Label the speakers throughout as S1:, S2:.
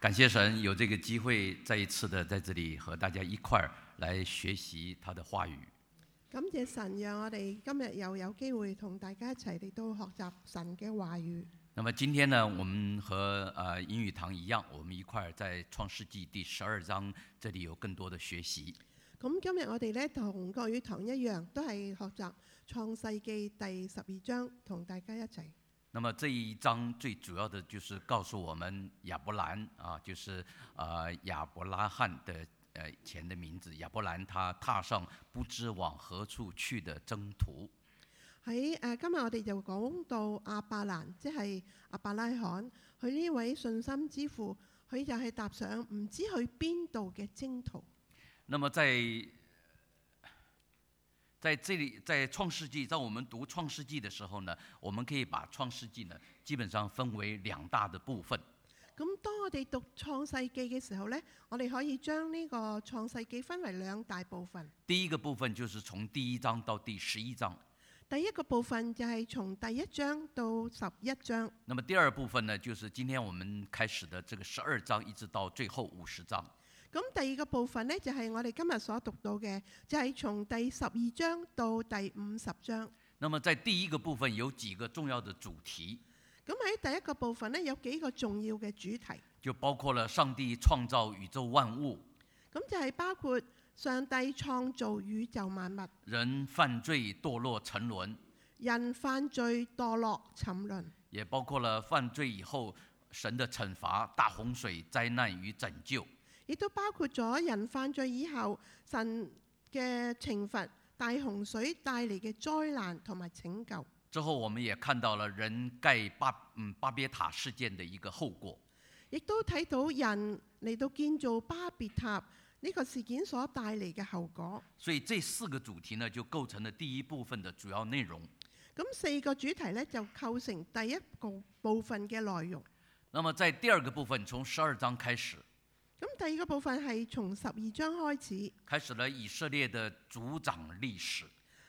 S1: 感谢神有这个机会再一次的在这里和大家一块儿来学习他的话语。
S2: 感謝神，讓我哋今日又有機會同大家一齊嚟到學習神嘅話語。
S1: 那么今天呢，我们和呃英语堂一样，我们一块儿在创世纪第十二章这里有更多的学习。
S2: 咁今日我哋呢，同國語堂一樣，都係學習創世記第十二章，同大家一齊。
S1: 那么这一章最主要的就是告诉我们亚伯兰啊，就是呃亚伯拉罕的呃前的名字亚伯兰，他踏上不知往何处去的征途。
S2: 喺誒、呃今日我哋就講到阿伯蘭，即係阿伯拉罕，佢呢位信心之父，佢就係踏上唔知去邊度嘅征途。
S1: 那么在在这里，在创世纪，在我们读创世纪的时候呢，我们可以把创世纪呢基本上分为两大的部分。
S2: 咁當我哋讀創世記嘅時候呢，我哋可以將呢個創世記分為兩大部分。
S1: 第一个部分就是从第一章到第十一章，
S2: 第一個部分就係從第一章到十一章，
S1: 那么第二部分呢，就是今天我们开始的这个十二章，一直到最后五十章。
S2: 咁第二個部分呢，就係、我哋今日所讀到嘅，就係、從第十二章到第五十章。
S1: 那么在第一个部分有几个重要的主题，
S2: 咁喺第一個部分呢，有幾個重要嘅主題，
S1: 就包括了上帝创造宇宙万物，
S2: 咁就係包括上帝創造宇宙萬物，
S1: 人犯罪堕落沉沦，
S2: 人犯罪墮落沉淪，
S1: 也包括了犯罪以后神的惩罚、大洪水、灾难与拯救。
S2: 亦都包括咗人犯罪以後神嘅懲罰、大洪水帶嚟嘅災難同埋拯救。
S1: 之后，我们也看到了人盖巴嗯巴别塔事件的一个后果。
S2: 亦都睇到人嚟到建造巴別塔呢個事件所帶嚟嘅後果。
S1: 所以这四个主题呢，就构成了第一部分的主要内容。
S2: 咁四個主題呢，就構成第一個部分嘅內容。
S1: 那么在第二个部分，从十二章开始，
S2: 咁第二個部分係從十二章開始，
S1: 开始了以色列的族长历史。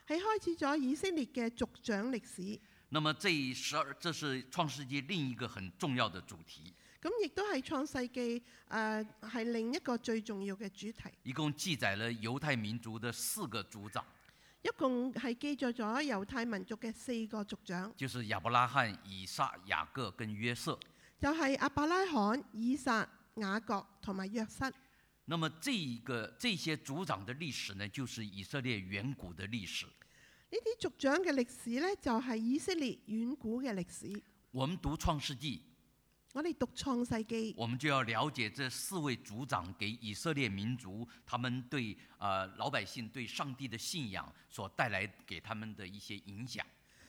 S2: 係開始咗以色列嘅族長歷史。
S1: 那么这十二，这是创世纪另一个很重要的主题，
S2: 咁亦都係創世記誒係另一個最重要嘅主題，
S1: 一共记载了犹太民族的四个族长，
S2: 一共係記載咗猶太民族嘅四個族長，
S1: 就是亚伯拉罕、以撒、雅各跟约瑟。
S2: 就係、阿伯拉罕、以撒、雅各同埋約瑟。
S1: 那么这一个这些族长的历史呢，就是以色列远古的历史。
S2: 呢啲族長嘅歷史呢，就係、以色列遠古嘅歷史。
S1: 我们读创世纪，
S2: 我哋讀創世記，
S1: 我们就要了解这四位族长给以色列民族他们对呃老百姓对上帝的信仰所带来给他们的一些影响。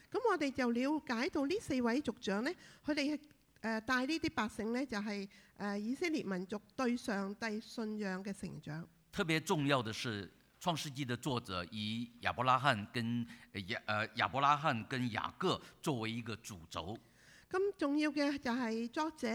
S2: 咁我哋就了解到呢四位族長呢，佢哋誒帶呢啲百姓呢，就係、呃以色列民族對上帝信仰嘅成長。
S1: 特别重要的是，《创世纪》的作者以亚伯拉罕跟呃亚呃亚伯拉罕跟雅各作为一个主轴，
S2: 咁重要嘅就係作者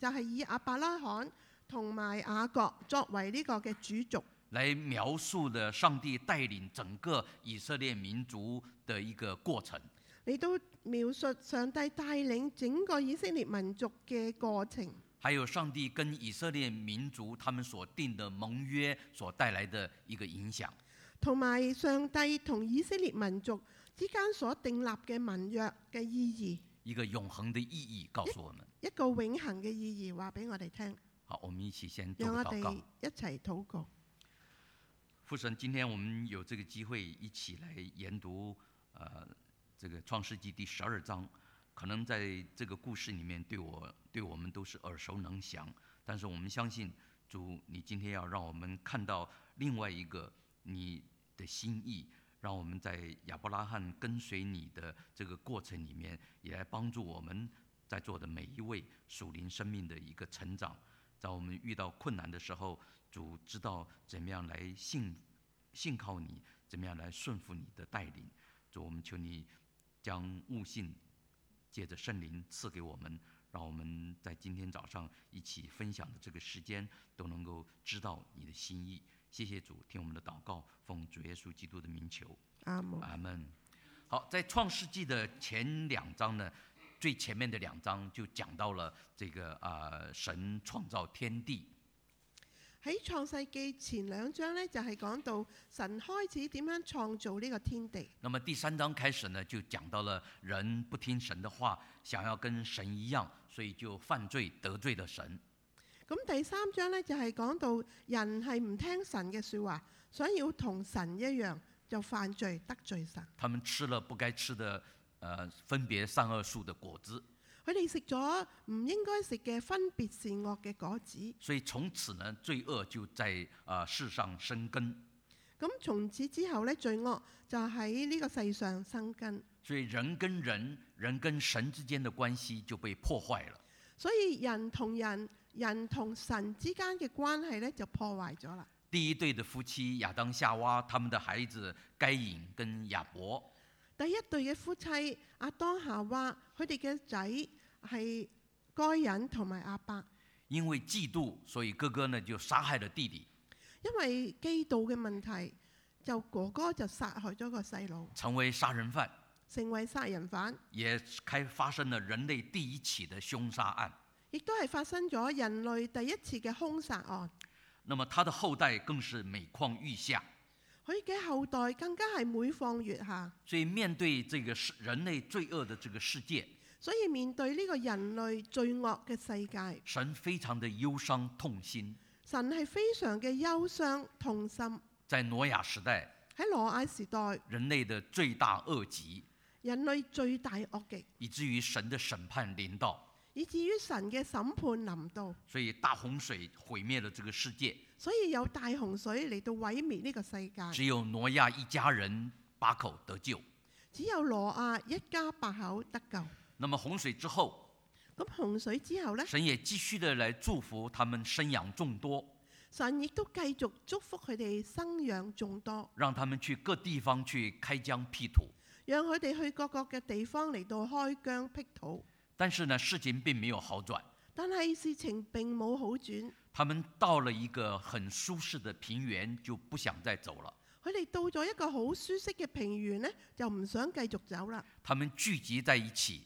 S2: 就係、以阿伯拉罕同埋雅各作為呢個嘅主族，
S1: 来描述了上帝带领整个以色列民族的一个过程。
S2: 你都描述上帝帶領整個以色列民族嘅過程。
S1: 还有上帝跟以色列民族他们所定的盟约所带来的一个影响。
S2: 同埋上帝同以色列民族之間所訂立嘅盟約嘅意義，
S1: 一个永恒的意义告诉我们。
S2: 一個永恆嘅意義，話俾我哋聽，
S1: 好，我们一起先做
S2: 讓
S1: 个
S2: 我
S1: 祷告
S2: 哋。一齊禱告。
S1: 父神，今天我们有这个机会一起来研读呃这个《创世纪》第十二章，可能在这个故事里面对我对我们都是耳熟能详，但是我们相信主，你今天要让我们看到另外一个你的心意。让我们在亚伯拉罕跟随你的这个过程里面，也来帮助我们在座的每一位属灵生命的一个成长。在我们遇到困难的时候，主知道怎么样来信信靠你，怎么样来顺服你的带领。主，我们求你将悟性借着圣灵赐给我们，让我们在今天早上一起分享的这个时间都能够知道你的心意。谢谢主，听我们的祷告，奉主耶稣基督的名求。啊
S2: 阿門。
S1: 阿门。好，在创世纪的前两章呢，最前面的两章就讲到了这个啊、呃神创造天地，
S2: 喺創世記前兩章呢，就係、講到神開始點樣創造呢個天地。
S1: 那么第三章开始呢，就讲到了人不听神的话，想要跟神一样，所以就犯罪得罪了神。
S2: 咁第三章呢，就係、講到人係唔聽神嘅説話，想要同神一樣就犯罪得罪神。
S1: 他们吃了不该吃的，呃，分别善恶树的果子，
S2: 佢哋食咗唔應該食嘅分別善惡嘅果子，
S1: 所以从此呢，罪恶就在啊、呃世上生根。
S2: 咁從此之後呢，罪惡就喺呢個世上生根。
S1: 所以人跟人、人跟神之间的关系就被破坏了。
S2: 所以人同人、人同神之間嘅關係呢，就破壞咗啦。
S1: 第一对的夫妻亚当夏娃，他们的孩子该隐跟亚伯，
S2: 第一對嘅夫妻阿當夏娃，佢哋嘅仔係該隱同埋阿伯，
S1: 因为嫉妒，所以哥哥呢就杀害了弟弟，
S2: 因為基妒嘅問題，就哥哥就殺害咗個細路，
S1: 成为杀人犯，
S2: 成為殺人犯，
S1: 也开发生了人类第一起的凶杀案。
S2: 亦都係發生咗人類第一次嘅兇殺案。
S1: 那么他的后代更是每况愈下。
S2: 佢嘅後代更加係每況愈下，
S1: 所以面对这个世人类罪恶的这个世界，
S2: 所以面對呢個人類罪惡嘅世界，
S1: 神非常的忧伤痛心。
S2: 神係非常嘅憂傷痛心。
S1: 在挪亚时代，
S2: 喺羅亞時代，
S1: 人类的罪大恶极，
S2: 人類最大惡極，
S1: 以至于神的审判临到，
S2: 以至於神嘅審判臨到。
S1: 所以大洪水毁灭了这个世界，
S2: 所以有大洪水嚟到毀滅呢個世界，
S1: 只有挪亚一家人八口得救。
S2: 只有羅亞一家八口得救。
S1: 那么洪水之后，
S2: 咁洪水之後呢，
S1: 神也继续的来祝福他们生养众多，
S2: 神亦都繼續祝福佢哋生養眾多，
S1: 让他们去各地方去开疆辟土。
S2: 讓佢哋去各個嘅地方嚟到開疆辟土。
S1: 但是呢，事情并没有好转，
S2: 但係事情並冇好轉，
S1: 他们到了一个很舒适的平原，就不想再走了。
S2: 佢哋到咗一個好舒適嘅平原呢，就唔想繼續走啦。
S1: 他们聚集在一起，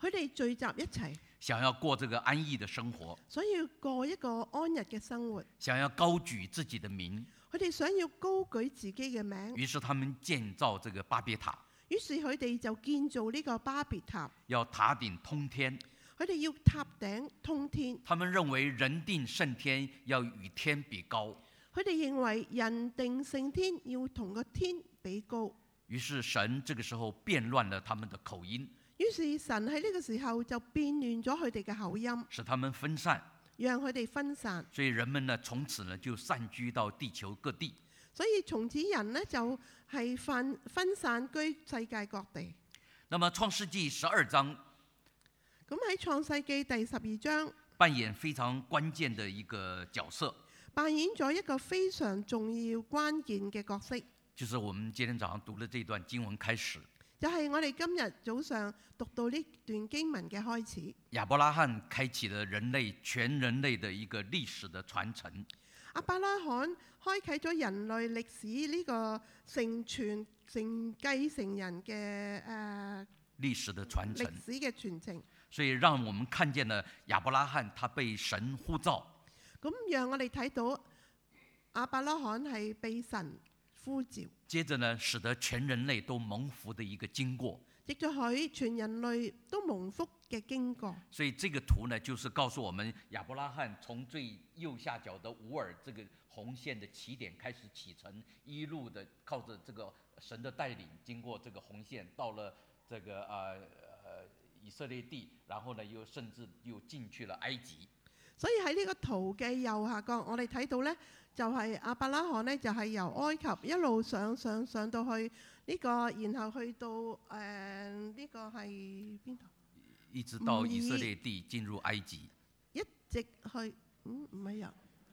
S2: 佢哋聚集一齊，
S1: 想要过这个安逸的生活，
S2: 想要過一個安逸嘅生活。
S1: 想要高举自己的名，
S2: 佢哋想要高舉自己嘅名，
S1: 于是他们建造这个巴别塔，
S2: 於是佢哋就建造呢個巴別塔。
S1: 要塔顶通天。
S2: 佢哋要塔頂通天，
S1: 他们认为人定胜天，要与天比高。
S2: 佢哋認為人定勝天要同個天比高。
S1: 于是神这个时候变乱了他们的口音，
S2: 於是神喺呢個時候就變亂咗佢哋嘅口音，
S1: 使他们分散。
S2: 讓佢哋分散。
S1: 所以人们呢，从此呢就散居到地球各地。
S2: 所以從此人呢就係、分分散居世界各地。
S1: 那么《创世纪》十二章
S2: 咁喺創世記第十二章
S1: 扮演非常关键的一个角色，
S2: 扮演咗一個非常重要關鍵嘅角色，
S1: 就是我们今天早上读的这段经文开始。
S2: 就係、我哋今日早上讀到呢段經文嘅開始。
S1: 亚伯拉罕开启了人类全人类的一个历史的传承，
S2: 阿伯拉罕開啟咗人類歷史呢個承傳承繼承人嘅
S1: 历史的传
S2: 誒
S1: 承
S2: 歷，史嘅傳承，
S1: 所以让我们看见了亚伯拉罕他被神呼召，
S2: 咁讓我哋睇到阿伯拉罕係被神呼召，
S1: 接着呢，使得全人类都蒙福的一个经过。
S2: 藉咗佢全人類都蒙福嘅經過。
S1: 所以这个图呢，就是告诉我们亚伯拉罕从最右下角的乌尔这个红线的起点开始启程，一路的靠着这个神的带领，经过这个红线，到了这个呃呃以色列地，然后呢又甚至又进去了埃及。
S2: 所以喺呢個圖嘅右下角，我哋睇到呢，就係、阿伯拉罕呢，就係、由埃及一路上上上到去呢、個，然後去到誒呢、個係邊度？
S1: 一直到以色列地进入埃及，
S2: 一直去，嗯，唔係由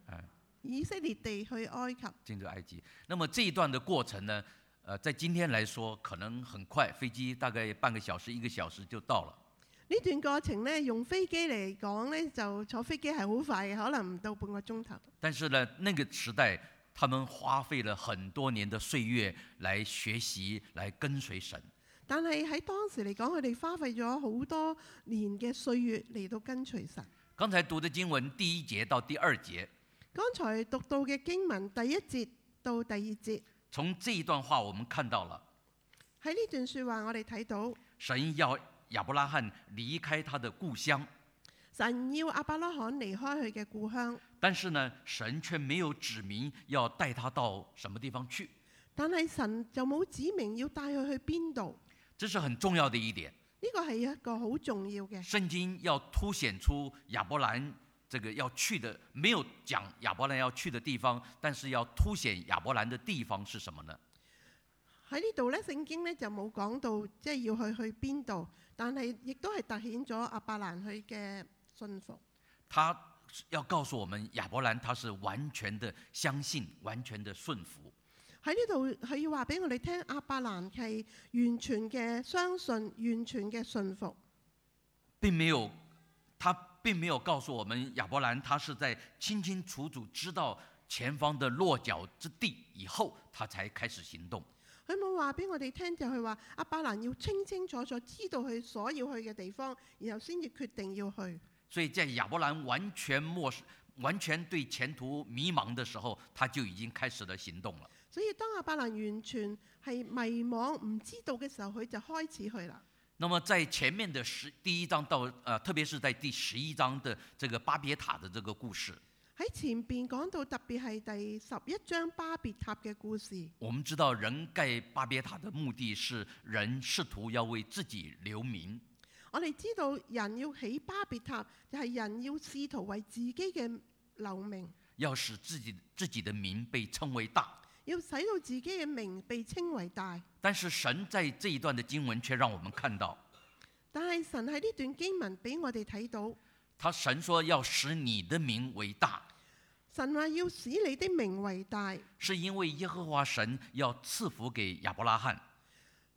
S1: 哎，
S2: 以色列地去埃及。
S1: 进入埃及。那么这一段的过程呢，呃，在今天来说，可能很快，飞机大概半个小时、一个小时就到了。
S2: 呢段過程呢，用飛機嚟講呢，就坐飛機係好快嘅，可能唔到半個鐘頭。
S1: 但是呢，那个时代，他们花费了很多年的岁月来学习，来跟随神。
S2: 但係喺當時嚟講，佢哋花費咗好多年嘅歲月嚟到跟隨神。
S1: 刚才读的经文第一节到第二节，
S2: 剛才讀到嘅經文第一節到第二節，
S1: 从这一段话我们看到了，
S2: 喺呢段説話我哋睇到
S1: 神要亚伯拉罕离开他的故乡，
S2: 神要阿伯拉罕離開佢嘅故鄉，
S1: 但是呢，神却没有指明要带他到什么地方去，
S2: 但係神就冇指明要帶佢去邊度。
S1: 这是很重要的一点。
S2: 呢個係一個好重要嘅。
S1: 圣经要凸显出亚伯兰这个要去的，没有讲亚伯兰要去的地方，但是要凸显亚伯兰的地方是什么呢？
S2: 喺呢度咧，聖經咧就冇講到即係要去去邊度，但係亦都係突顯咗阿伯蘭佢嘅信服。
S1: 他要告诉我们，亚伯兰他是完全的相信，完全的顺服。
S2: 喺呢度佢要話俾我哋聽，阿伯蘭係完全嘅相信，完全嘅信服。
S1: 并没有，他并没有告诉我们亚伯兰他是在清清楚楚知道前方的落脚之地以后，他才开始行动。
S2: 佢冇話俾我哋聽，就係話阿伯蘭要清清楚楚知道佢所要去嘅地方，然後先至決定要去。
S1: 所以在亚伯兰完全漠视、完全对前途迷茫的时候，他就已经开始了行动了。
S2: 所以當阿伯蘭完全係迷惘唔知道嘅時候，佢就開始去啦。
S1: 那么在前面的十第一章到呃，特别是在第十一章的这个巴别塔的这个故事，
S2: 喺前邊講到特別係第十一章巴別塔嘅故事。
S1: 我们知道人盖巴别塔的目的是人试图要为自己留名，
S2: 我哋知道人要起巴別塔，就係、人要試圖為自己嘅留名，
S1: 要使自己自己的名被称为大。
S2: 要使到自己嘅名被稱為大。
S1: 但是神在这一段的经文却让我们看到，
S2: 但係神喺呢段經文俾我哋睇到，
S1: 他神说要使你的名为大，
S2: 神話要使你的名為大。
S1: 是因为耶和华神要赐福给亚伯拉罕，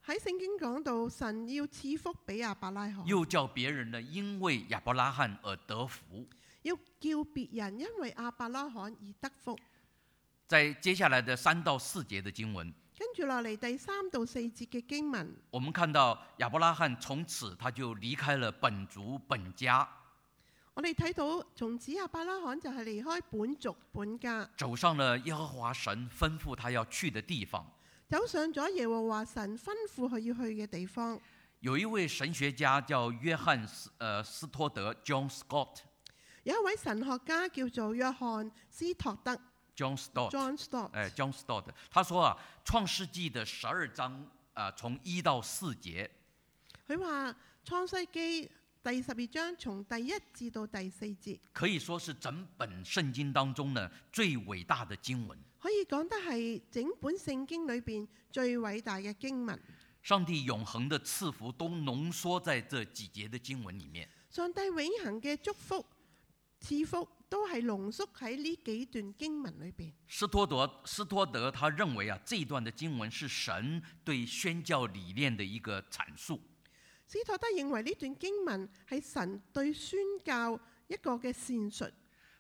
S2: 喺聖經講到神要賜福俾阿伯拉罕，
S1: 又叫别人呢因为亚伯拉罕而得福。
S2: 要叫別人因為阿伯拉罕而得福。
S1: 在接下来的三到四节的经文，
S2: 跟住落嚟第三到四節嘅經文，
S1: 我们看到亚伯拉罕从此他就离开了本族本家，
S2: 我哋睇到從此阿伯拉罕就係離開本族本家。
S1: 走上了耶和华神吩咐他要去的地方。
S2: 走上咗耶和華神吩咐佢要去嘅地方。
S1: 有一位神学家叫约翰斯呃斯托德 （John Scott）。
S2: 有一位神學家叫做約翰斯托德
S1: John Stott，
S2: （John Stott），
S1: 哎，John Stott，他说啊，《创世纪》的十二章啊、呃从一到四节，
S2: 佢話創世記第十二章從第一至到第四節，
S1: 可以说是整本圣经当中呢最偉大的經文。
S2: 可以講得係整本聖經裏邊最偉大嘅經文。
S1: 上帝永恒的赐福都浓缩在这几节的经文里面。
S2: 上帝永恆嘅祝福、賜福都係濃縮喺呢幾段經文裏邊。
S1: 斯托德斯托德他认为啊，这一段的經文是神对宣教理念的一個阐述。
S2: 斯托德認為呢段經文係神對宣教一個嘅善述。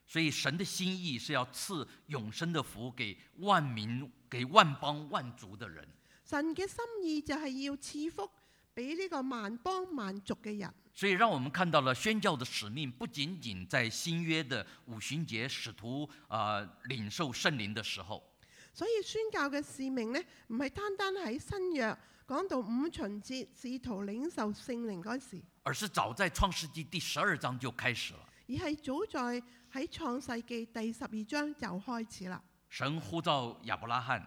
S1: 所以神的心意是要赐永生的福给万民、给万邦、万族的人。
S2: 神嘅心意就係要賜福俾呢個萬邦萬族嘅人，
S1: 所以让我们看到了宣教的使命不仅仅在新约的五旬节使徒啊、呃领受圣灵的时候，
S2: 所以宣教嘅使命呢，唔係單單喺新約講到五旬節使徒領受聖靈嗰時，
S1: 而是早在创世纪第十二章就开始了。
S2: 而係早在喺創世記第十二章就開始啦。
S1: 神呼召亚伯拉罕，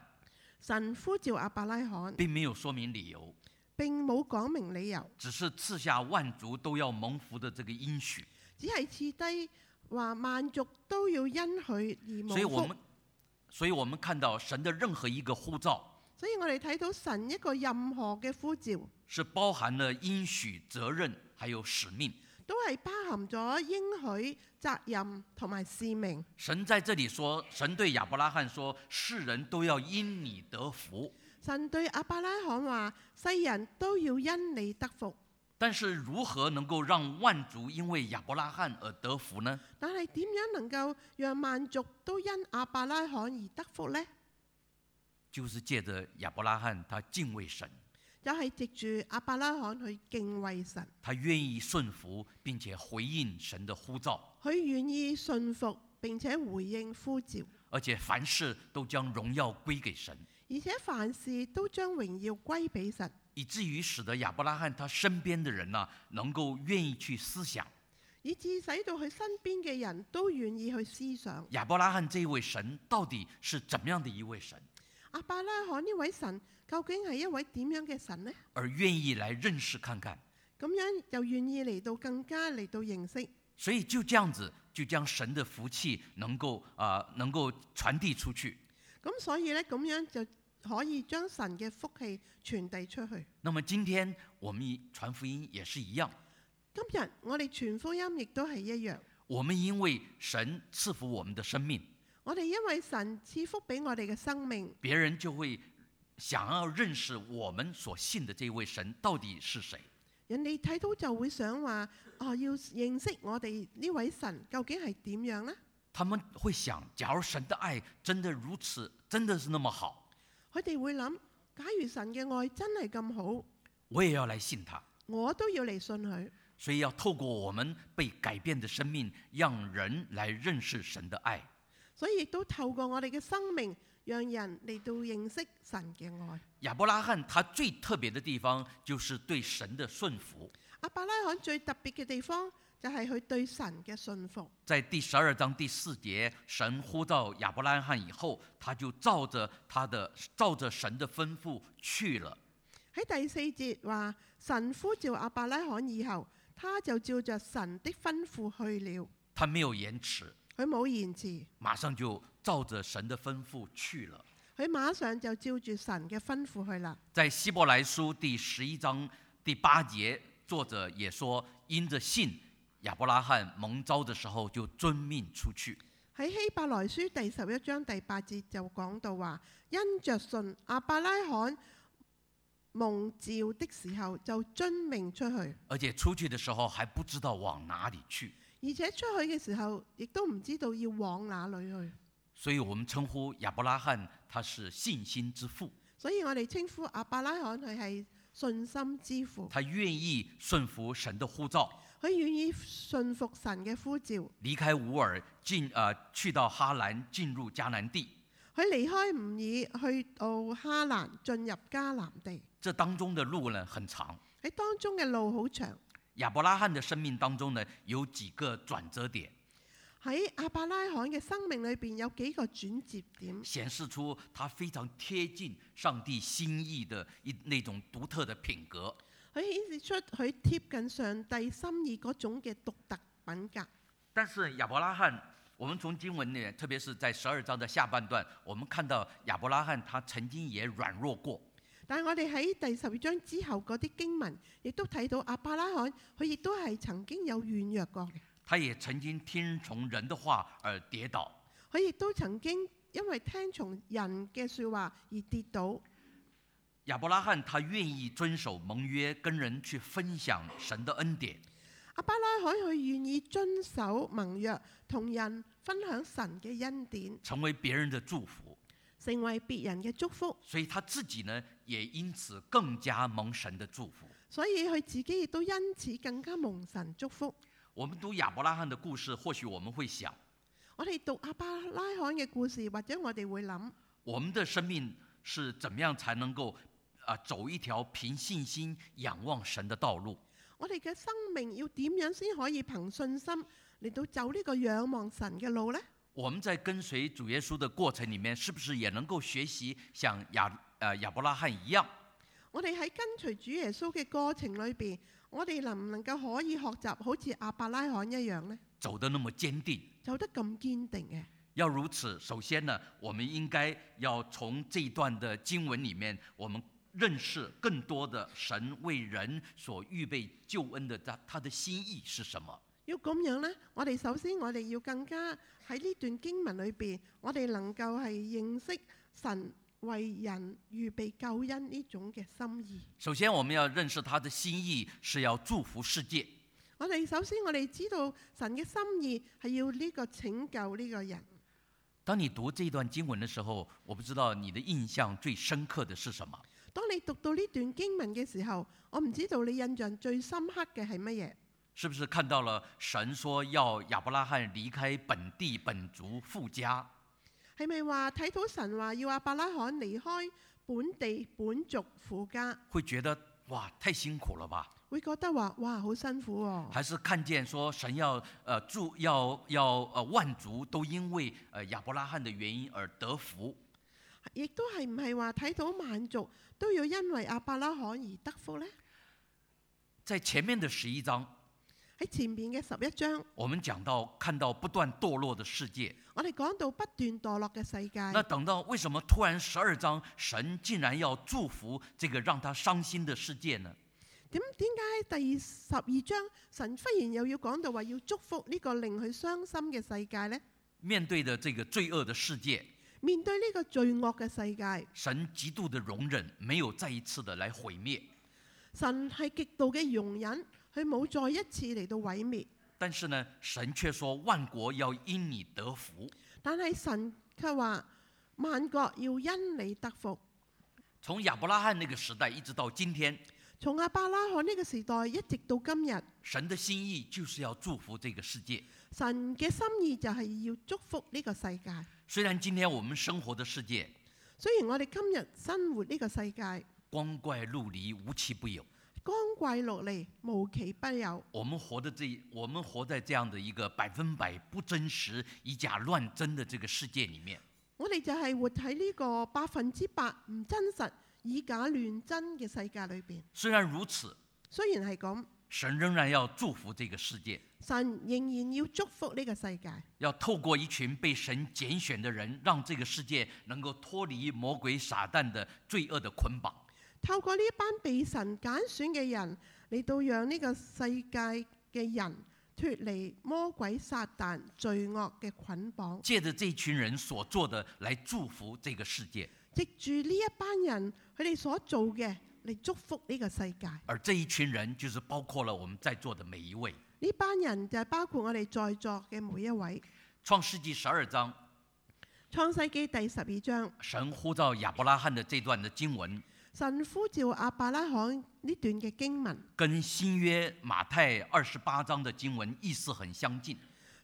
S2: 神呼召阿伯拉罕，
S1: 并没有说明理由，
S2: 並冇講明理由，
S1: 只是赐下万族都要蒙福的这个应许。
S2: 只係次低話萬族都要因佢而
S1: 所以我
S2: 蒙福
S1: 们，。所以我们看到神的任何一个呼召，
S2: 所以我哋睇到神一個任何嘅呼召，
S1: 是包含了应许、责任还有使命。
S2: 都係包含咗應許、責任同埋使命。
S1: 神在这里说，神对亚伯拉罕说：“世人都要因你得福。”
S2: 神對阿伯拉罕話：世人都要因你得福。
S1: 但是如何能够让万族因为亚伯拉罕而得福呢？
S2: 但係點樣能夠讓萬族都因阿伯拉罕而得福呢？
S1: 就是借着亚伯拉罕他敬畏神，
S2: 就係藉住阿伯拉罕去敬畏神，
S1: 他愿意顺服，并且回应神的呼召，
S2: 佢願意信服並且回應呼召，
S1: 而且凡事都将荣耀归给神，
S2: 而且凡事都將榮耀歸俾神，
S1: 以至于使得亚伯拉罕他身边的人呢、能够愿意去思想
S2: 以致使到佢身邊嘅人都願意去思想
S1: 亚伯拉罕这一位神到底是怎么样的一位神，
S2: 阿伯拉罕呢位神究竟係一位點樣嘅神呢？
S1: 而愿意来认识看看。
S2: 咁樣就願意嚟到更加嚟到認識。
S1: 所以就这样子，就将神的福气能够啊、呃能够传递出去。
S2: 咁所以呢，咁樣就可以將神嘅福氣傳遞出去。
S1: 那么今天我们一传福音也是一样，
S2: 今日我哋傳福音亦都係一樣，
S1: 我们因为神赐福我们的生命，
S2: 我哋因為神賜福俾我哋嘅生命，
S1: 别人就会想要认识我们所信的这位神到底是谁。
S2: 人哋睇到就會想話：哦，要認識我哋呢位神究竟係點樣呢？
S1: 他们会想，假如神的爱真的如此，真的是那么好，
S2: 佢哋會諗：假如神嘅愛真係咁好，
S1: 我也要来信他。
S2: 我都要嚟信佢。
S1: 所以要透过我们被改变的生命，让人来认识神的爱。
S2: 所以亦都透過我哋嘅生命，讓人嚟到認識神嘅愛。
S1: 亚伯拉罕他最特别的地方就是对神的顺服，
S2: 阿伯拉罕最特別嘅地方就係佢對神嘅信服。
S1: 在第十二章第四节，神呼召亚伯拉罕以后，他就照着他的照着神的吩咐去了。
S2: 喺第四節話：神呼召阿伯拉罕以後，他就照着神的吩咐去了。
S1: 他没有延迟，
S2: 佢冇延遲，
S1: 马上就照着神的吩咐去了。
S2: 佢馬上就照住神嘅吩咐去啦。
S1: 在希伯来书第十一章第八节，作者也说：“因着信，亚伯拉罕蒙召的时候就遵命出去。
S2: 喺希伯來書第十一章第八節就講到話：因着信，阿伯拉罕蒙召的時候就遵命出去，而
S1: 而且出去的时候还不知道往哪里去。
S2: 且出去嘅時候亦都唔知道要往哪裏去，
S1: 所以我们称呼亚伯拉罕他是信心之父，
S2: 所以我哋稱呼阿伯拉罕佢係信心之父，
S1: 他愿意顺服神的呼召，
S2: 佢願意信服神嘅呼召，
S1: 离开乌尔进呃去到哈兰，进入迦南地。
S2: 佢離開吾爾去到哈蘭，進入迦南地。
S1: 这当中的路呢很长。
S2: 喺當中嘅路好長，
S1: 亚伯拉罕的生命当中呢有几个转折点，
S2: 喺阿伯拉罕嘅生命裏邊有幾個轉折點。
S1: 显示出他非常贴近上帝心意的一那种独特的品格。
S2: 佢顯示出佢貼近上帝心意嗰種嘅獨特品格。
S1: 但是亚伯拉罕，我们从经文里面，特别是在十二章的下半段，我们看到亚伯拉罕他曾经也软弱过，
S2: 但係我哋喺第十二章之後嗰啲經文，亦都睇到阿伯拉罕佢亦都係曾經有軟弱過嘅，
S1: 他也曾经听从人的话而跌倒，
S2: 佢亦都曾經因為聽從人嘅説話而跌倒。
S1: 亚伯拉罕他愿意遵守盟约，跟人去分享神的恩典，
S2: 阿伯拉罕佢願意遵守盟約，同人分享神嘅恩典，
S1: 成为别人的祝福，
S2: 成為別人嘅祝福，
S1: 所以他自己呢也因此更加蒙神的祝福。
S2: 所以佢自己亦都因此更加蒙神祝福。
S1: 我们读亚伯拉罕的故事，或许我们会想，
S2: 我哋讀阿伯拉罕嘅故事，或者我哋會諗。
S1: 我们的生命是怎么样才能够啊、走一条凭信心仰望神的道路？
S2: 我哋嘅生命要點樣先可以憑信心嚟到走呢個仰望神嘅路呢？
S1: 我们在跟随主耶稣的过程里面，是不是也能够学习像亚呃亚伯拉罕一样，
S2: 我哋喺跟隨主耶穌嘅過程裏邊，我哋能唔能夠可以學習好似阿伯拉罕一樣呢？
S1: 走得那么坚定？
S2: 走得咁堅定嘅。
S1: 要如此，首先呢，我们应该要从这一段的经文里面，我们认识更多的神为人所预备救恩的他他的心意是什么。
S2: 要咁樣呢，我哋首先我哋要更加喺呢段經文裏邊，我哋能夠係認識神為人預備救恩呢種嘅心意。
S1: 首先，我们要认识他的心意是要祝福世界，
S2: 我哋首先我哋知道神嘅心意係要呢個拯救呢個人。
S1: 当你读这段经文的时候，我不知道你的印象最深刻的是什么。
S2: 當你讀到呢段經文嘅時候，我唔知道你印象最深刻嘅係乜嘢？
S1: 是不是看到了神说要亚伯拉罕离开本地本族富家？
S2: 係咪話睇到神話要阿伯拉罕離開本地本族父家，
S1: 会觉得哇太辛苦了吧？
S2: 會覺得話哇好辛苦喎、
S1: 还是看见说神要呃祝要要呃万族都因为呃亚伯拉罕的原因而得福？
S2: 亦都係唔係話睇到萬族都要因為阿伯拉罕而得福呢？
S1: 在前面的十一章，
S2: 喺前面嘅十一章，
S1: 我们讲到看到不断堕落的世界，
S2: 我哋講到不斷墮落嘅世界，
S1: 那等到为什么突然十二章神竟然要祝福这个让他伤心的世界呢？
S2: 點點解喺第十二章神忽然又要講到話要祝福呢個令佢傷心嘅世界呢？
S1: 面对的这个罪恶的世界，
S2: 面對呢個罪惡嘅世界，
S1: 神极度的容忍，没有再一次的来毁灭。
S2: 神係極度嘅容忍，佢冇再一次嚟到毀滅。
S1: 但是呢，神却说万国要因你得福。
S2: 但係神卻話萬國要因你得福。
S1: 从亚伯拉罕那个时代一直到今天，
S2: 從阿伯拉罕呢個時代一直到今日，
S1: 神的心意就是要祝福这个世界。
S2: 神嘅心意就係要祝福呢個世界。
S1: 虽然今天我们生活的世界
S2: 雖然我哋今日生活呢個世界
S1: 光怪陆离、无奇不有，
S2: 光怪陸離、無奇不有，
S1: 我们活的这一我们活在这样的一个百分百不真实、以假乱真的这个世界里面，
S2: 我哋就係活喺呢個百分之百唔真實、以假亂真嘅世界裏邊。
S1: 虽然如此，
S2: 雖然係咁，
S1: 神仍然要祝福这个世界，
S2: 神仍然要祝福呢個世界，
S1: 要透过一群被神拣选的人，让这个世界能够脱离魔鬼撒旦的罪恶的捆绑。
S2: 透過呢班被神揀選嘅人嚟到讓呢個世界嘅人脱離魔鬼撒旦罪惡嘅捆綁。
S1: 借着这群人所做的来祝福这个世界，
S2: 藉住呢一班人佢哋所做嘅嚟祝福呢個世界。
S1: 而这一群人就是包括了我们在座的每一位。
S2: 呢班人就係包括我哋在座嘅每一位。
S1: 创世纪十二章，
S2: 創世紀第十二章，
S1: 神呼召亚伯拉罕的这段的经文，
S2: 神呼召阿伯拉罕呢段嘅經文，
S1: 跟新约马太二十八章的经文意思很相近。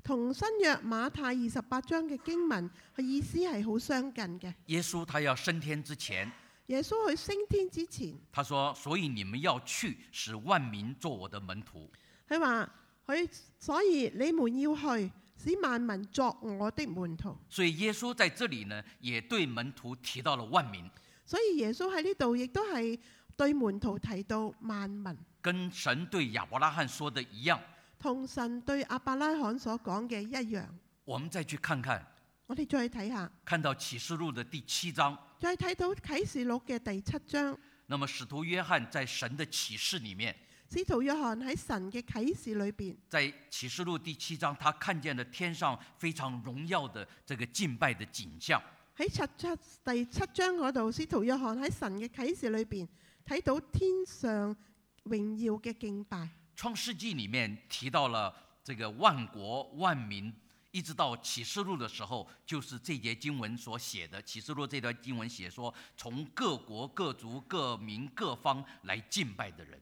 S2: 同新約馬太二十八章嘅經文佢意思係好相近嘅。
S1: 耶穌他要升天之前，
S2: 耶穌佢升天之前，
S1: 他说：“所以你们要去，使万民做我的门徒。
S2: 佢話：佢所以你們要去，使萬民作我的門徒。”
S1: 所以耶穌在这里呢，也对门徒提到了万民，
S2: 所以耶穌喺呢度亦都係對門徒提到萬民。
S1: 跟神对亚伯拉罕说的一样。
S2: 同神對阿伯拉罕所講嘅一樣。
S1: 我们再去看看
S2: 我哋再睇下，
S1: 看到启示录的第七章，
S2: 再睇到啟示錄嘅第七章，
S1: 那么使徒约翰在神的启示里面，
S2: 使徒約翰喺神嘅啟示裏邊，
S1: 在启示录第七章，他看见了天上非常荣耀的这个敬拜的景象，
S2: 喺七七第七章嗰度，使徒約翰喺神嘅啟示裏邊睇到天上榮耀嘅敬拜。
S1: 《创世纪》里面提到了这个万国万民，一直到启示录的时候，就是这节经文所写的。启示录这段经文写说，从各国各族各民各方来敬拜的人，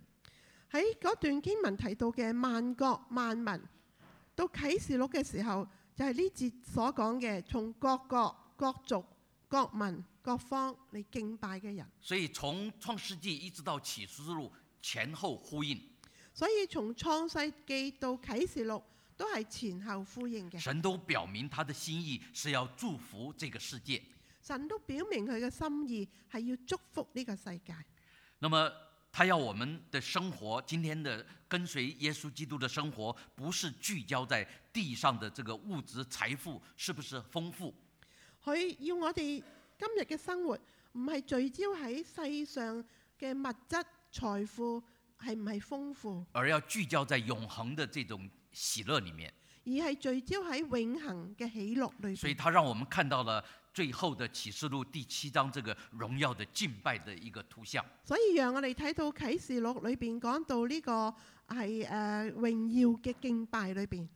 S2: 喺嗰段經文提到嘅萬國萬民，到啟示錄嘅時候，就係呢節所講嘅從各國各族各民各方嚟敬拜嘅人。
S1: 所以从《创世纪》一直到启示录前后呼应。
S2: 所以從創世記到啟示錄都係前後呼應嘅。
S1: 神都表明他的心意是要祝福这个世界。
S2: 神都表明佢嘅心意係要祝福呢個世界。
S1: 那么，他要我们的生活，今天的跟随耶稣基督的生活，不是聚焦在地上的这个物质财富是不是丰富，
S2: 佢要我哋今日嘅生活唔係聚焦喺世上嘅物質財富係唔係豐富，
S1: 而要聚焦在永恒的这种喜乐里面。
S2: 而係聚焦喺永恆嘅喜樂裏
S1: 所以，
S2: 邊。
S1: 他让我们看到了最后的启示录第七章这个荣耀的敬拜的一个图像。
S2: 所以讓我哋睇到啟示錄裏邊講到呢個係誒、呃榮耀嘅敬拜裏邊。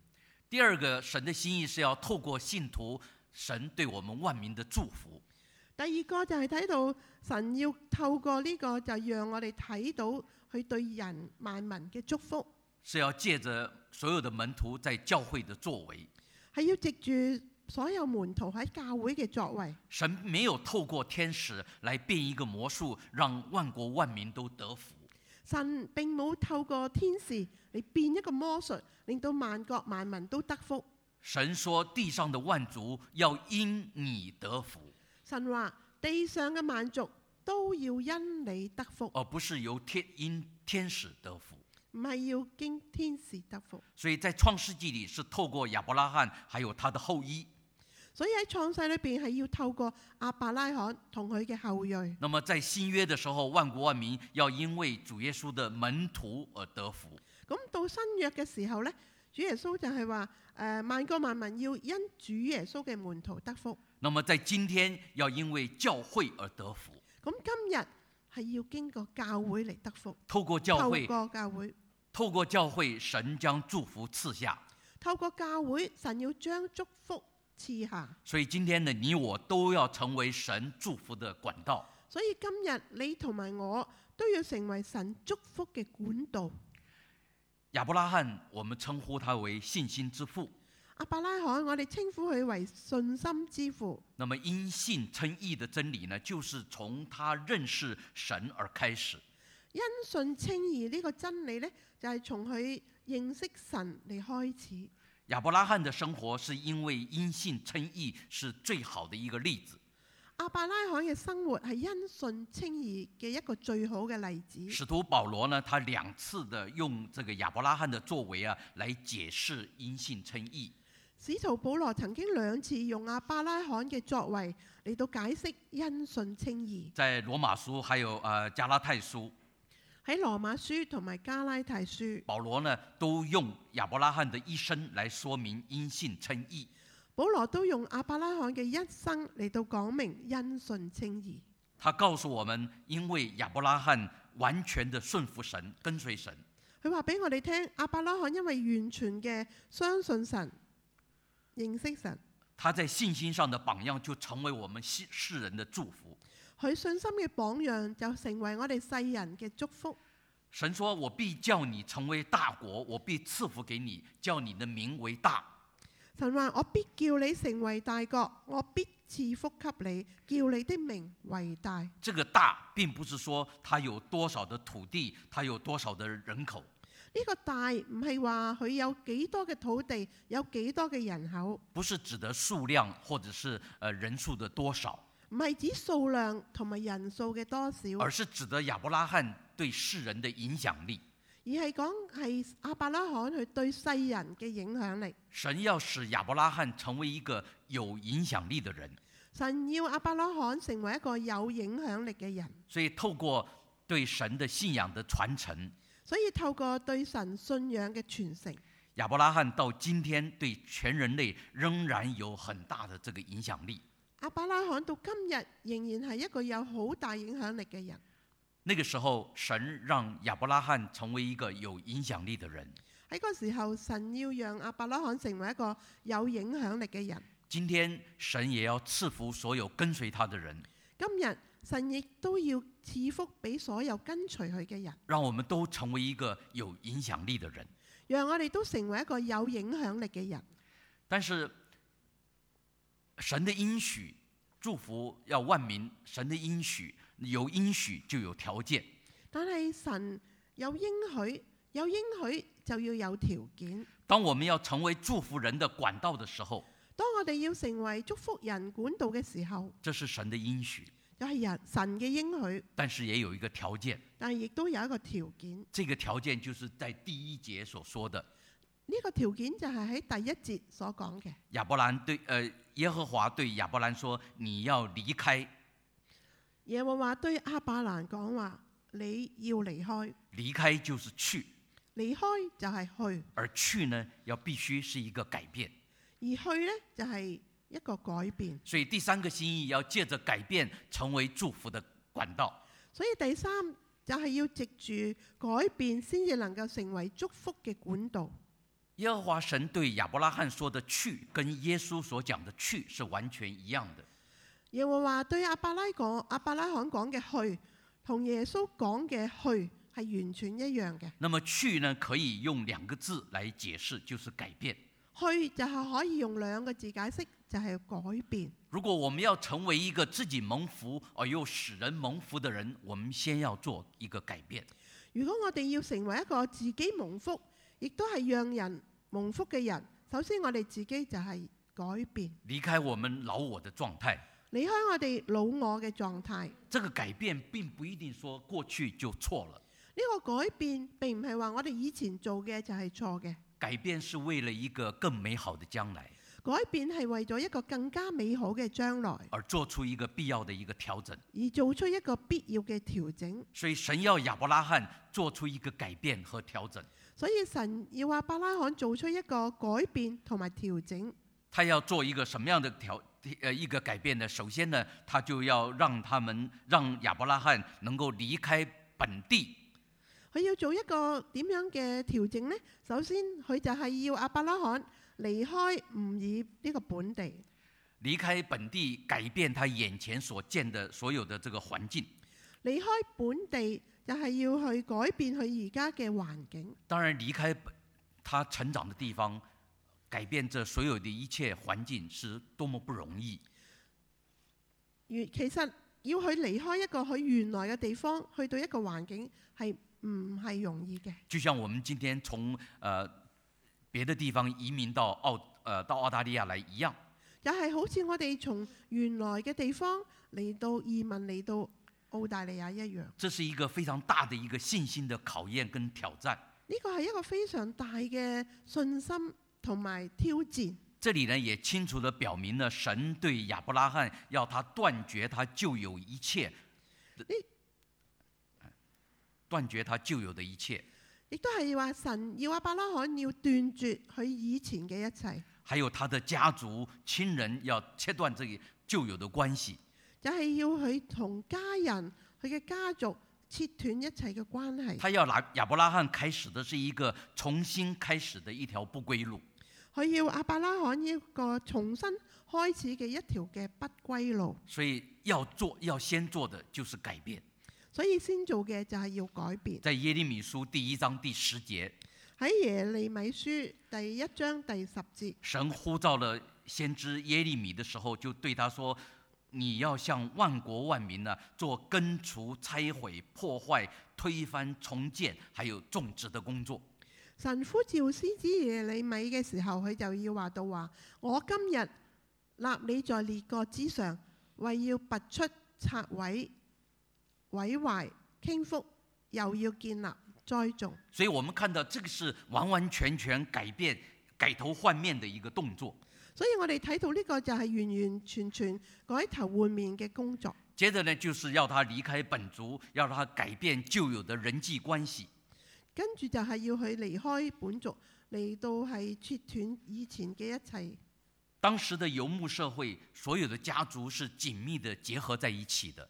S1: 第二个，神的心意是要透过信徒，神对我们万民的祝福。
S2: 第第二個就係睇到神要透過呢個就讓我哋睇到佢對人萬民嘅祝福，
S1: 是要借着所有的门徒在教会的作为。
S2: 係要藉住所有門徒喺教會嘅作為。
S1: 神没有透过天使来变一个魔术，让万国万民都得福。
S2: 神並冇透過天使嚟變一個魔術，令到萬國萬民都得福。
S1: 神说：“地上的万族要因你得福，
S2: 神話地上嘅萬族都要因你得福，
S1: 而不是由天因天使得福。
S2: 唔係要經天使得福。”
S1: 所以在创世纪里是透过亚伯拉罕还有他的后裔。
S2: 所以喺創世裏邊係要透過阿伯拉罕同佢嘅後裔。
S1: 那么在新约的时候，万国万民要因为主耶稣的门徒而得福。
S2: 咁到新約嘅時候呢，主耶穌就係話：誒、萬國萬民要因主耶穌嘅門徒得福。
S1: 那么在今天要因为教会而得福，
S2: 咁今日係要經過教會嚟得福，
S1: 透过教
S2: 透
S1: 会，
S2: 過教會，
S1: 透过教会，神将祝福赐下。
S2: 透過教會，神要將祝福賜下。
S1: 所以今天的你我都要成为神祝福的管道。
S2: 所以今日你同埋我都要成為神祝福嘅管道。
S1: 亚伯拉罕，我们称呼他为信心之父。
S2: 阿伯拉罕，我哋稱呼佢為信心之父。
S1: 那么因信称义的真理呢，就是从他认识神而开始。
S2: 因信稱義呢個真理呢，就係從佢認識神嚟開始。
S1: 亚伯拉罕的生活是因为因信称义是最好的一个例子，
S2: 阿伯拉罕嘅生活係因信稱義嘅一個最好嘅例子。
S1: 使徒保罗呢，他两次的用这个亚伯拉罕的作为啊，来解释因信称义。
S2: 使徒保羅曾經兩次用阿伯拉罕嘅作為嚟到解釋因信稱義，
S1: 在罗马书还有呃加拉太书，
S2: 喺羅馬書同埋加拉太書，
S1: 保罗呢都用亚伯拉罕的一生来说明因信称义。
S2: 保羅都用阿伯拉罕嘅一生嚟到講明因信稱義。
S1: 他告诉我们，因为亚伯拉罕完全的顺服神，跟随神，
S2: 佢話俾我哋聽，阿伯拉罕因為完全嘅相信神、認識神，
S1: 他在信心上的榜样就成为我们世世人的祝福。
S2: 佢信心嘅榜樣就成為我哋世人嘅祝福。
S1: 神说：“我必叫你成为大国，我必赐福给你，叫你的名为大。
S2: 神話：我必叫你成為大國，我必賜福給你，叫你的名為大。”
S1: 这个大，并不是说他有多少的土地，他有多少的人口，
S2: 呢、個大唔係話佢有幾多嘅土地，有幾多嘅人口，
S1: 不是指的数量或者是呃人数的多少，
S2: 唔係指數量同埋人數嘅多少，
S1: 而是指的亚伯拉罕对世人的影响力。
S2: 而係講係阿伯拉罕佢對世人嘅影響力。
S1: 神要使亚伯拉罕成为一个有影响力的人。
S2: 神要阿伯拉罕成為一個有影響力嘅人，
S1: 所以透过对神的信仰的传承，
S2: 所以透過對神信仰嘅傳承，
S1: 亚伯拉罕到今天对全人类仍然有很大的这个影响力。
S2: 阿伯拉罕到今日仍然係一個有好大影響力嘅人。
S1: 那个时候，神让亚伯拉罕成为一个有影响力的人。
S2: 喺嗰時候，神要讓阿伯拉罕成為一個有影響力嘅人。
S1: 今天，神也要赐福所有跟随他的人，
S2: 今日神亦都要賜福俾所有跟隨佢嘅人，
S1: 让我们都成为一个有影响力的人。
S2: 讓我哋都成為一個有影響力嘅人。
S1: 但是，神的应许、祝福要万民，神的应许有应许就有条件。
S2: 但係神有應許，有應許就要有條件。
S1: 当我们要成为祝福人的管道的时候，
S2: 當我哋要成為祝福人管道嘅時候，
S1: 这是神的应许，
S2: 就係人神嘅應許，
S1: 但是也有一个条件，
S2: 但係亦都有一個條件。呢、
S1: 这个条件就是在第一节所说的
S2: 個條件就係喺第一節所講嘅。
S1: 亚伯兰对呃耶和华对亚伯兰说：“你要离开，
S2: 耶和華對阿伯蘭講話：你要離開，
S1: 离开就是去，
S2: 離開就係去，
S1: 而去呢要必须是一个改变。
S2: 而去呢，就係一個改變。
S1: 所以第三个心意要借着改变成为祝福的管道。
S2: 所以第三就係要藉住改變，先至能夠成為祝福嘅管道。
S1: 耶和华神对亚伯拉罕说的去，跟耶稣所讲的去是完全一样的。
S2: 耶和華對阿伯拉講阿伯拉罕講嘅去，同耶穌講嘅去係完全一樣嘅。
S1: 那么去呢，可以用两个字来解釋，就是改變。
S2: 去就係可以用兩個字解釋，就係、改變。
S1: 如果我們要成為一個自己蒙福而又使人蒙福的人，我們先要做一個改變。
S2: 如果我哋要成為一個自己蒙福，亦都係讓人蒙福嘅人，首先我哋自己就係改變，
S1: 離開我們老我的狀態。
S2: 離開我哋老我嘅狀態。呢、
S1: 這個改變並不一定說過去就錯了，
S2: 個改變並唔係話我哋以前做嘅就係錯嘅，
S1: 改變是為了一個更美好的將來
S2: 改變係為咗一個更加美好嘅將來
S1: 而做出一個必要的一個調整。
S2: 而做出一個必要嘅調整。
S1: 所以神要亞伯拉罕做出一個改變和調整，
S2: 所以神要阿伯拉罕做出一個改變同埋調整。
S1: 他要做一個什麼樣的調呃一個改變呢？首先呢，他就要讓他們讓亞伯拉罕能夠離開本地，
S2: 佢要做一個點樣嘅調整呢？首先，佢就係要阿伯拉罕離開吾爾呢個本地，
S1: 離開本地改變他眼前所見的所有的這個環境。
S2: 離開本地就係要去改變佢而家嘅環境。
S1: 當然，離開本他成長的地方，改變这所有的一切環境是多麼不容易。
S2: 原其實要佢離開一個佢原來嘅地方，去到一個環境係唔係容易嘅？
S1: 就像我們今天從呃別的地方移民到澳呃到澳大利亞來一樣，
S2: 又係好似我哋從原來嘅地方嚟到移民嚟到澳大利亞一樣，呢
S1: 這是一個非常大的一個信心的考驗跟挑戰。
S2: 個係一個非常大嘅信心同埋挑戰。
S1: 這裡呢也清楚地表明了神對亞伯拉罕要他斷絕他舊有一切的
S2: 哎，
S1: 斷絕他舊有的一切，
S2: 亦都係話神要阿伯拉罕要斷絕佢以前嘅一切，
S1: 還有他的家族親人要切斷這個舊有的關係。
S2: 就係、要佢同家人、佢嘅家族切斷一切嘅關係。
S1: 他要拿亞伯拉罕開始的是一個重新開始的一條不歸路。
S2: 佢要阿伯拉罕一個重新開始嘅一條嘅不歸路，
S1: 所以要做，要先做的就是改變。
S2: 所以先做嘅就係要改變。
S1: 在耶利米書第一章第十節，
S2: 喺耶利米書第一章第十節，
S1: 神呼召了先知耶利米的時候，就對他說：“你要向萬國萬民呢、做根除、拆毀、破壞、推翻、重建，還有種植的工作。
S2: 神呼召先知耶利米嘅時候，佢就要話到話：我今日立你在列國之上，為要拔出、拆毀、毀壞、傾覆，又要建立、栽種。”
S1: 所以，我們看到這個是完完全全改變、改頭換面的一個動作。
S2: 所以我哋睇到呢個就係完完全全改頭換面嘅工作。
S1: 接着呢，就是要他離開本族，要他改變舊有的人際關係。
S2: 跟住就係要佢離開本族，嚟到係切斷以前嘅一切。
S1: 当时的游牧社會，所有的家族是緊密的結合在一起的。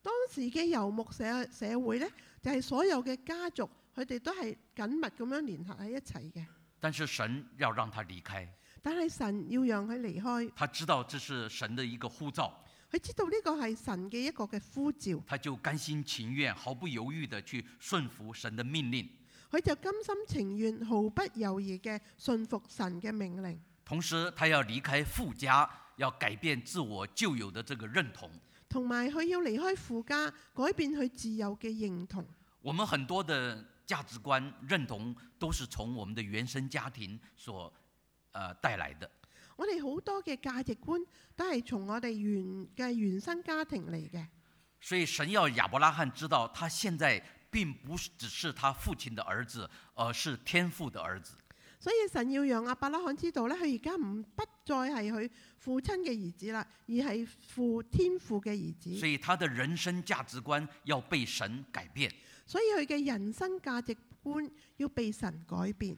S2: 當時嘅遊牧社社會呢，就係、所有嘅家族，佢哋都係緊密咁樣聯合喺一齊嘅。
S1: 但是神要讓他離開，
S2: 但係神要讓佢離開，
S1: 他知道這是神的一個呼召，
S2: 佢知道呢個係神嘅一個嘅呼召，
S1: 他就甘心情願、毫不猶豫地去順服神的命令。
S2: 佢就甘心情願、毫不猶豫嘅信服神嘅命令。
S1: 同時，他要離開父家，要改變自我舊有的這個認同。
S2: 同埋佢要離開父家，改變佢自由嘅認同。
S1: 我們很多的價值觀認同都是從我們的原生家庭所呃帶來的。
S2: 我哋好多嘅價值觀都係從我哋原嘅原生家庭嚟嘅，
S1: 所以神要亚伯拉罕知道，他現在並不是只是他父親的兒子，而是天父的兒子。
S2: 所以神要讓阿伯拉罕知道咧，佢而家唔不再係佢父親嘅兒子啦，而係父天父嘅兒
S1: 所
S2: 子。
S1: 以他的人生價值觀要被神改變。
S2: 所以佢嘅人生價值觀要被神改變。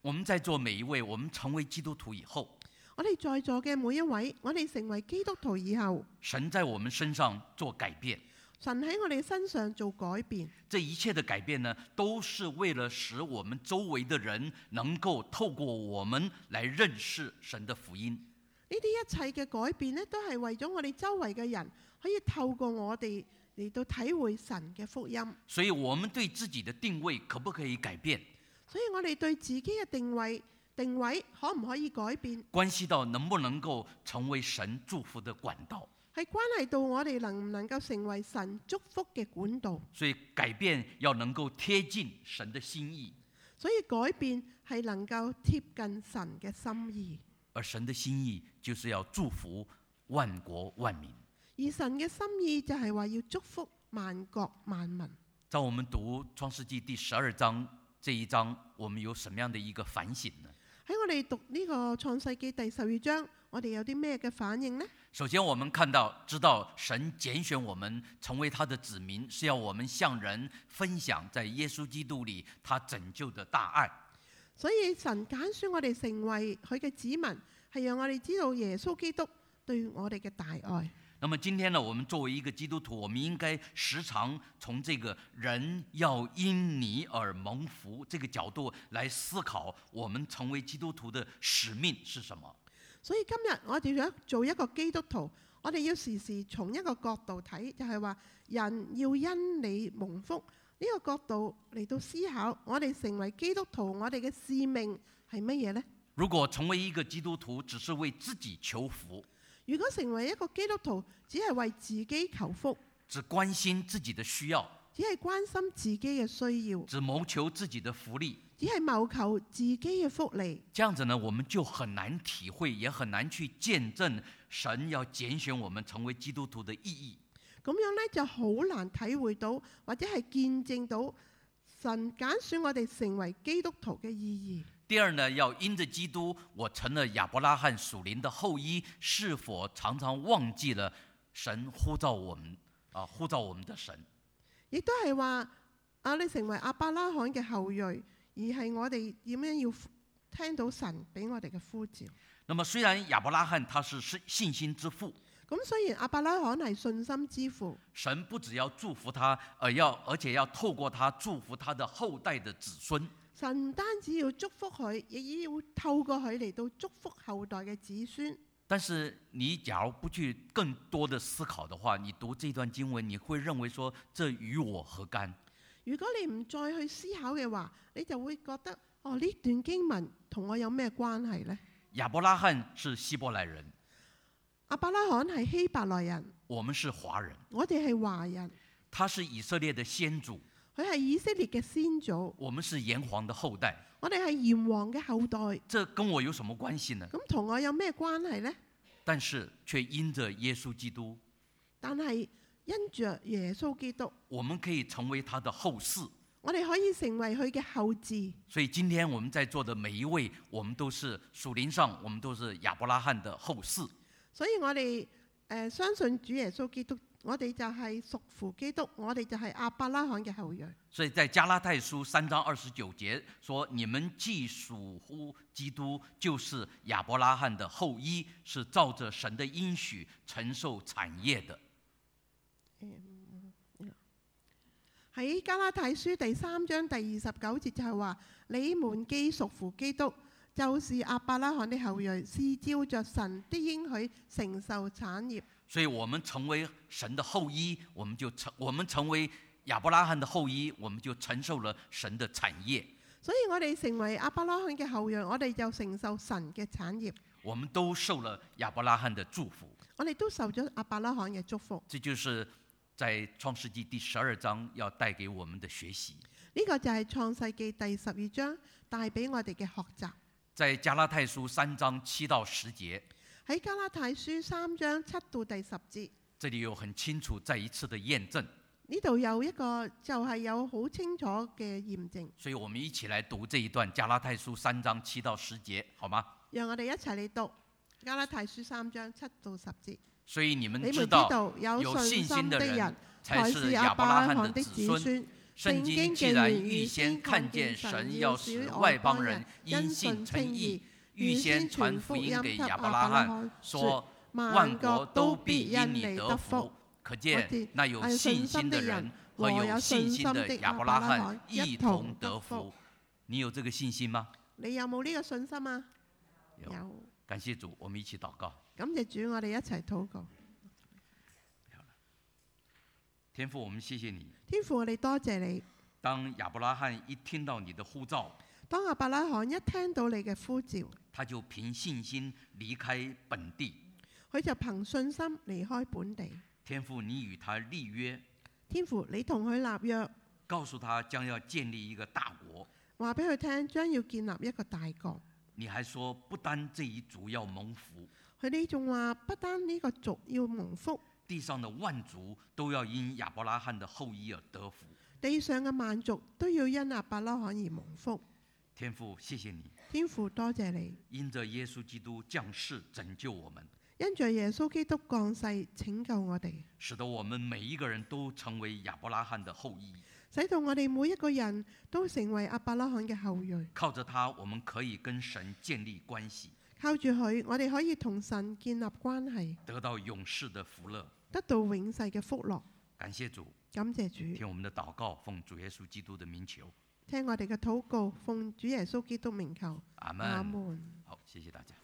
S1: 我們在座每一位，我們成為基督徒以後，
S2: 我哋在座嘅每一位，我哋成為基督徒以後，
S1: 神在我們身上做改變。
S2: 神喺我哋身上做改變。
S1: 這一切的改變呢，都是為了使我們周圍的人能夠透過我們來認識神的福音。
S2: 啲一切嘅改變呢，都係為咗我哋周圍嘅人可以透過我哋嚟到體會神嘅福音。
S1: 所以我们对自己的定位可不可以改变，
S2: 所以我哋對自己嘅定位定位可唔可以改變，
S1: 关系到能不能够成为神祝福的管道。
S2: 係關係到我哋能唔能夠成為神祝福嘅管道。
S1: 所以改变要能够贴近神的心意，
S2: 所以改變係能夠貼近神嘅心意，
S1: 而神的心意就是要祝福万国万民。
S2: 而神嘅心意就係話要祝福萬國萬民。
S1: 在我们读《创世纪》第十二章这一章，我们有什么样的一个反省呢？
S2: 喺我哋讀呢個創世記第十二章，我哋有啲咩嘅反應呢？
S1: 首先，我们看到知道神拣选我们成为他的子民，是要我们向人分享在耶稣基督里他拯救的大爱。
S2: 所以神揀選我哋成為佢嘅子民，係讓我哋知道耶穌基督對我哋嘅大愛。
S1: 那么今天呢，我们作为一个基督徒，我们应该时常从这个“人要因你而蒙福”这个角度来思考，我们成为基督徒的使命是什么？
S2: 所以今日我哋想做一個基督徒，我哋要時時從一個角度睇，就係話人要因你蒙福呢、個角度嚟到思考，我哋成為基督徒，我哋嘅使命係乜嘢呢？
S1: 如果成为一个基督徒只是为自己求福，
S2: 如果成為一個基督徒，只係為自己求福，
S1: 只关心自己的需要，
S2: 只係關心自己嘅需要，
S1: 只谋求自己的福利，
S2: 只係謀求自己嘅福利，
S1: 这样子呢，我们就很難體會，也很難去見證神要揀選我們成為基督徒的意義。
S2: 咁樣呢就好難體會到或者係見證到神揀選我哋成為基督徒嘅意義。
S1: 第二呢，要因着基督，我成了亞伯拉罕屬靈的後裔，是否常常忘記了神呼召我們啊，呼召我們的神？
S2: 亦都係話啊，你成為阿伯拉罕嘅後裔，而係我哋點樣要聽到神俾我哋嘅呼召。
S1: 那麼雖然亞伯拉罕他是信信心之父，
S2: 咁雖然阿伯拉罕係信心之父，
S1: 神不只要祝福他，而要而且要透過他祝福他的後代的子孫。
S2: 神唔單止要祝福佢，亦要透過佢嚟到祝福後代嘅子孫。
S1: 但是你假如不去更多的思考的话，你读这段经文，你会认为说这与我何干？
S2: 如果你唔再去思考嘅話，你就會覺得哦，呢段經文同我有咩關係呢？
S1: 亚伯拉罕是希伯来人，
S2: 阿伯拉罕係希伯來人，
S1: 我们是华人，
S2: 我哋係華人，
S1: 他是以色列的先祖，
S2: 佢係以色列嘅先祖，
S1: 我们是炎黄的后代，
S2: 我哋係炎黃嘅後代。
S1: 这跟我有什么关系呢？
S2: 咁同我有咩關係呢？
S1: 但是却因着耶稣基督，
S2: 但係因着耶穌基督，
S1: 我们可以成为他的后嗣。
S2: 我哋可以成為佢嘅後嗣。
S1: 所以今天我们在座的每一位，我们都是属灵上，我们都是亚伯拉罕的后嗣。
S2: 所以我哋誒、呃相信主耶穌基督，我哋就係屬乎基督，我哋就係阿伯拉罕嘅後裔。
S1: 所以在加拉太书三章二十九节说：“你们既属乎基督，就是亚伯拉罕的后裔，是照着神的应许承受产业的。
S2: 喺加拉太書第三章第二十九節就係話：你們既屬乎基督，就是阿伯拉罕的後裔，是照着神的應許承受產業。
S1: 所以，我们成为神的后裔，我们就成我们成为亚伯拉罕的后裔，我们就承受了神的产业。
S2: 所以我哋成為阿伯拉罕嘅後裔，我哋就承受神嘅產業，
S1: 我们都受了亚伯拉罕的祝福。
S2: 我哋都受咗阿伯拉罕嘅祝福。
S1: 这就是在创世纪第十二章要带给我们的学习。”
S2: 呢個就係創世記第十二章帶俾我哋嘅學習。
S1: 在加拉太书三章七到十节，
S2: 喺加拉太書三章七到第十節，
S1: 这里有很清楚再一次的验证，
S2: 呢度有一個就係有好清楚嘅驗證，
S1: 所以我们一起来读这一段加拉太书三章七到十节，好吗？
S2: 讓我哋一齊嚟讀加拉太書三章七到十節。
S1: 所以你
S2: 你
S1: 們
S2: 們
S1: 知
S2: 知
S1: 道，
S2: 道有信心的人
S1: 才
S2: 才
S1: 是
S2: 是
S1: 亞伯
S2: 亞伯
S1: 拉
S2: 拉
S1: 罕
S2: 罕
S1: 的
S2: 的
S1: 子
S2: 子
S1: 孫。
S2: 孫。
S1: 圣经既然预先看见神要使外邦人因信称义，预先传福音给亚伯拉罕，说万国都必因你得福。可见那有信心的人和有信心的亚伯拉罕一同得福。你有这个信心吗？
S2: 你有冇呢個信心啊？
S1: 有
S2: 有。
S1: 感谢主，我们一起祷告。
S2: 感謝主，我哋一齊禱告。
S1: 天父，我们谢谢你。
S2: 天父，我哋多謝你。
S1: 当亚伯拉罕一听到你的呼召，
S2: 當阿伯拉罕一聽到你嘅呼召，
S1: 他就凭信心离开本地。
S2: 佢就憑信心離開本地。
S1: 天父，你与他立约，
S2: 天父，你同佢立約，
S1: 告诉他将要建立一个大国。
S2: 話俾佢聽，將要建立一個大國。
S1: 你还说，不单这一族要蒙福，
S2: 佢哋仲話，不單呢個族要蒙福，
S1: 地上的万族都要因亚伯拉罕的后裔而得福。
S2: 地上嘅萬族都要因阿伯拉罕而蒙福。
S1: 天父，谢谢你，
S2: 天父，多謝你，
S1: 因着耶稣基督降世拯救我们，
S2: 因着耶穌基督降世拯救我哋，
S1: 使得我们每一个人都成为亚伯拉罕的后裔。
S2: 使到我哋每一個人都成為阿伯拉罕嘅後裔。
S1: 靠着他，我们可以跟神建立关系，
S2: 靠住佢，我哋可以同神建立關係，
S1: 得到永世的福乐。
S2: 得到永世嘅福樂。
S1: 感谢主，
S2: 感謝主，
S1: 听我们的祷告，奉主耶稣基督的名求，
S2: 聽我哋嘅禱告，奉主耶穌基督名求，
S1: 阿
S2: 阿
S1: 门。
S2: 門。
S1: 好，谢谢大家。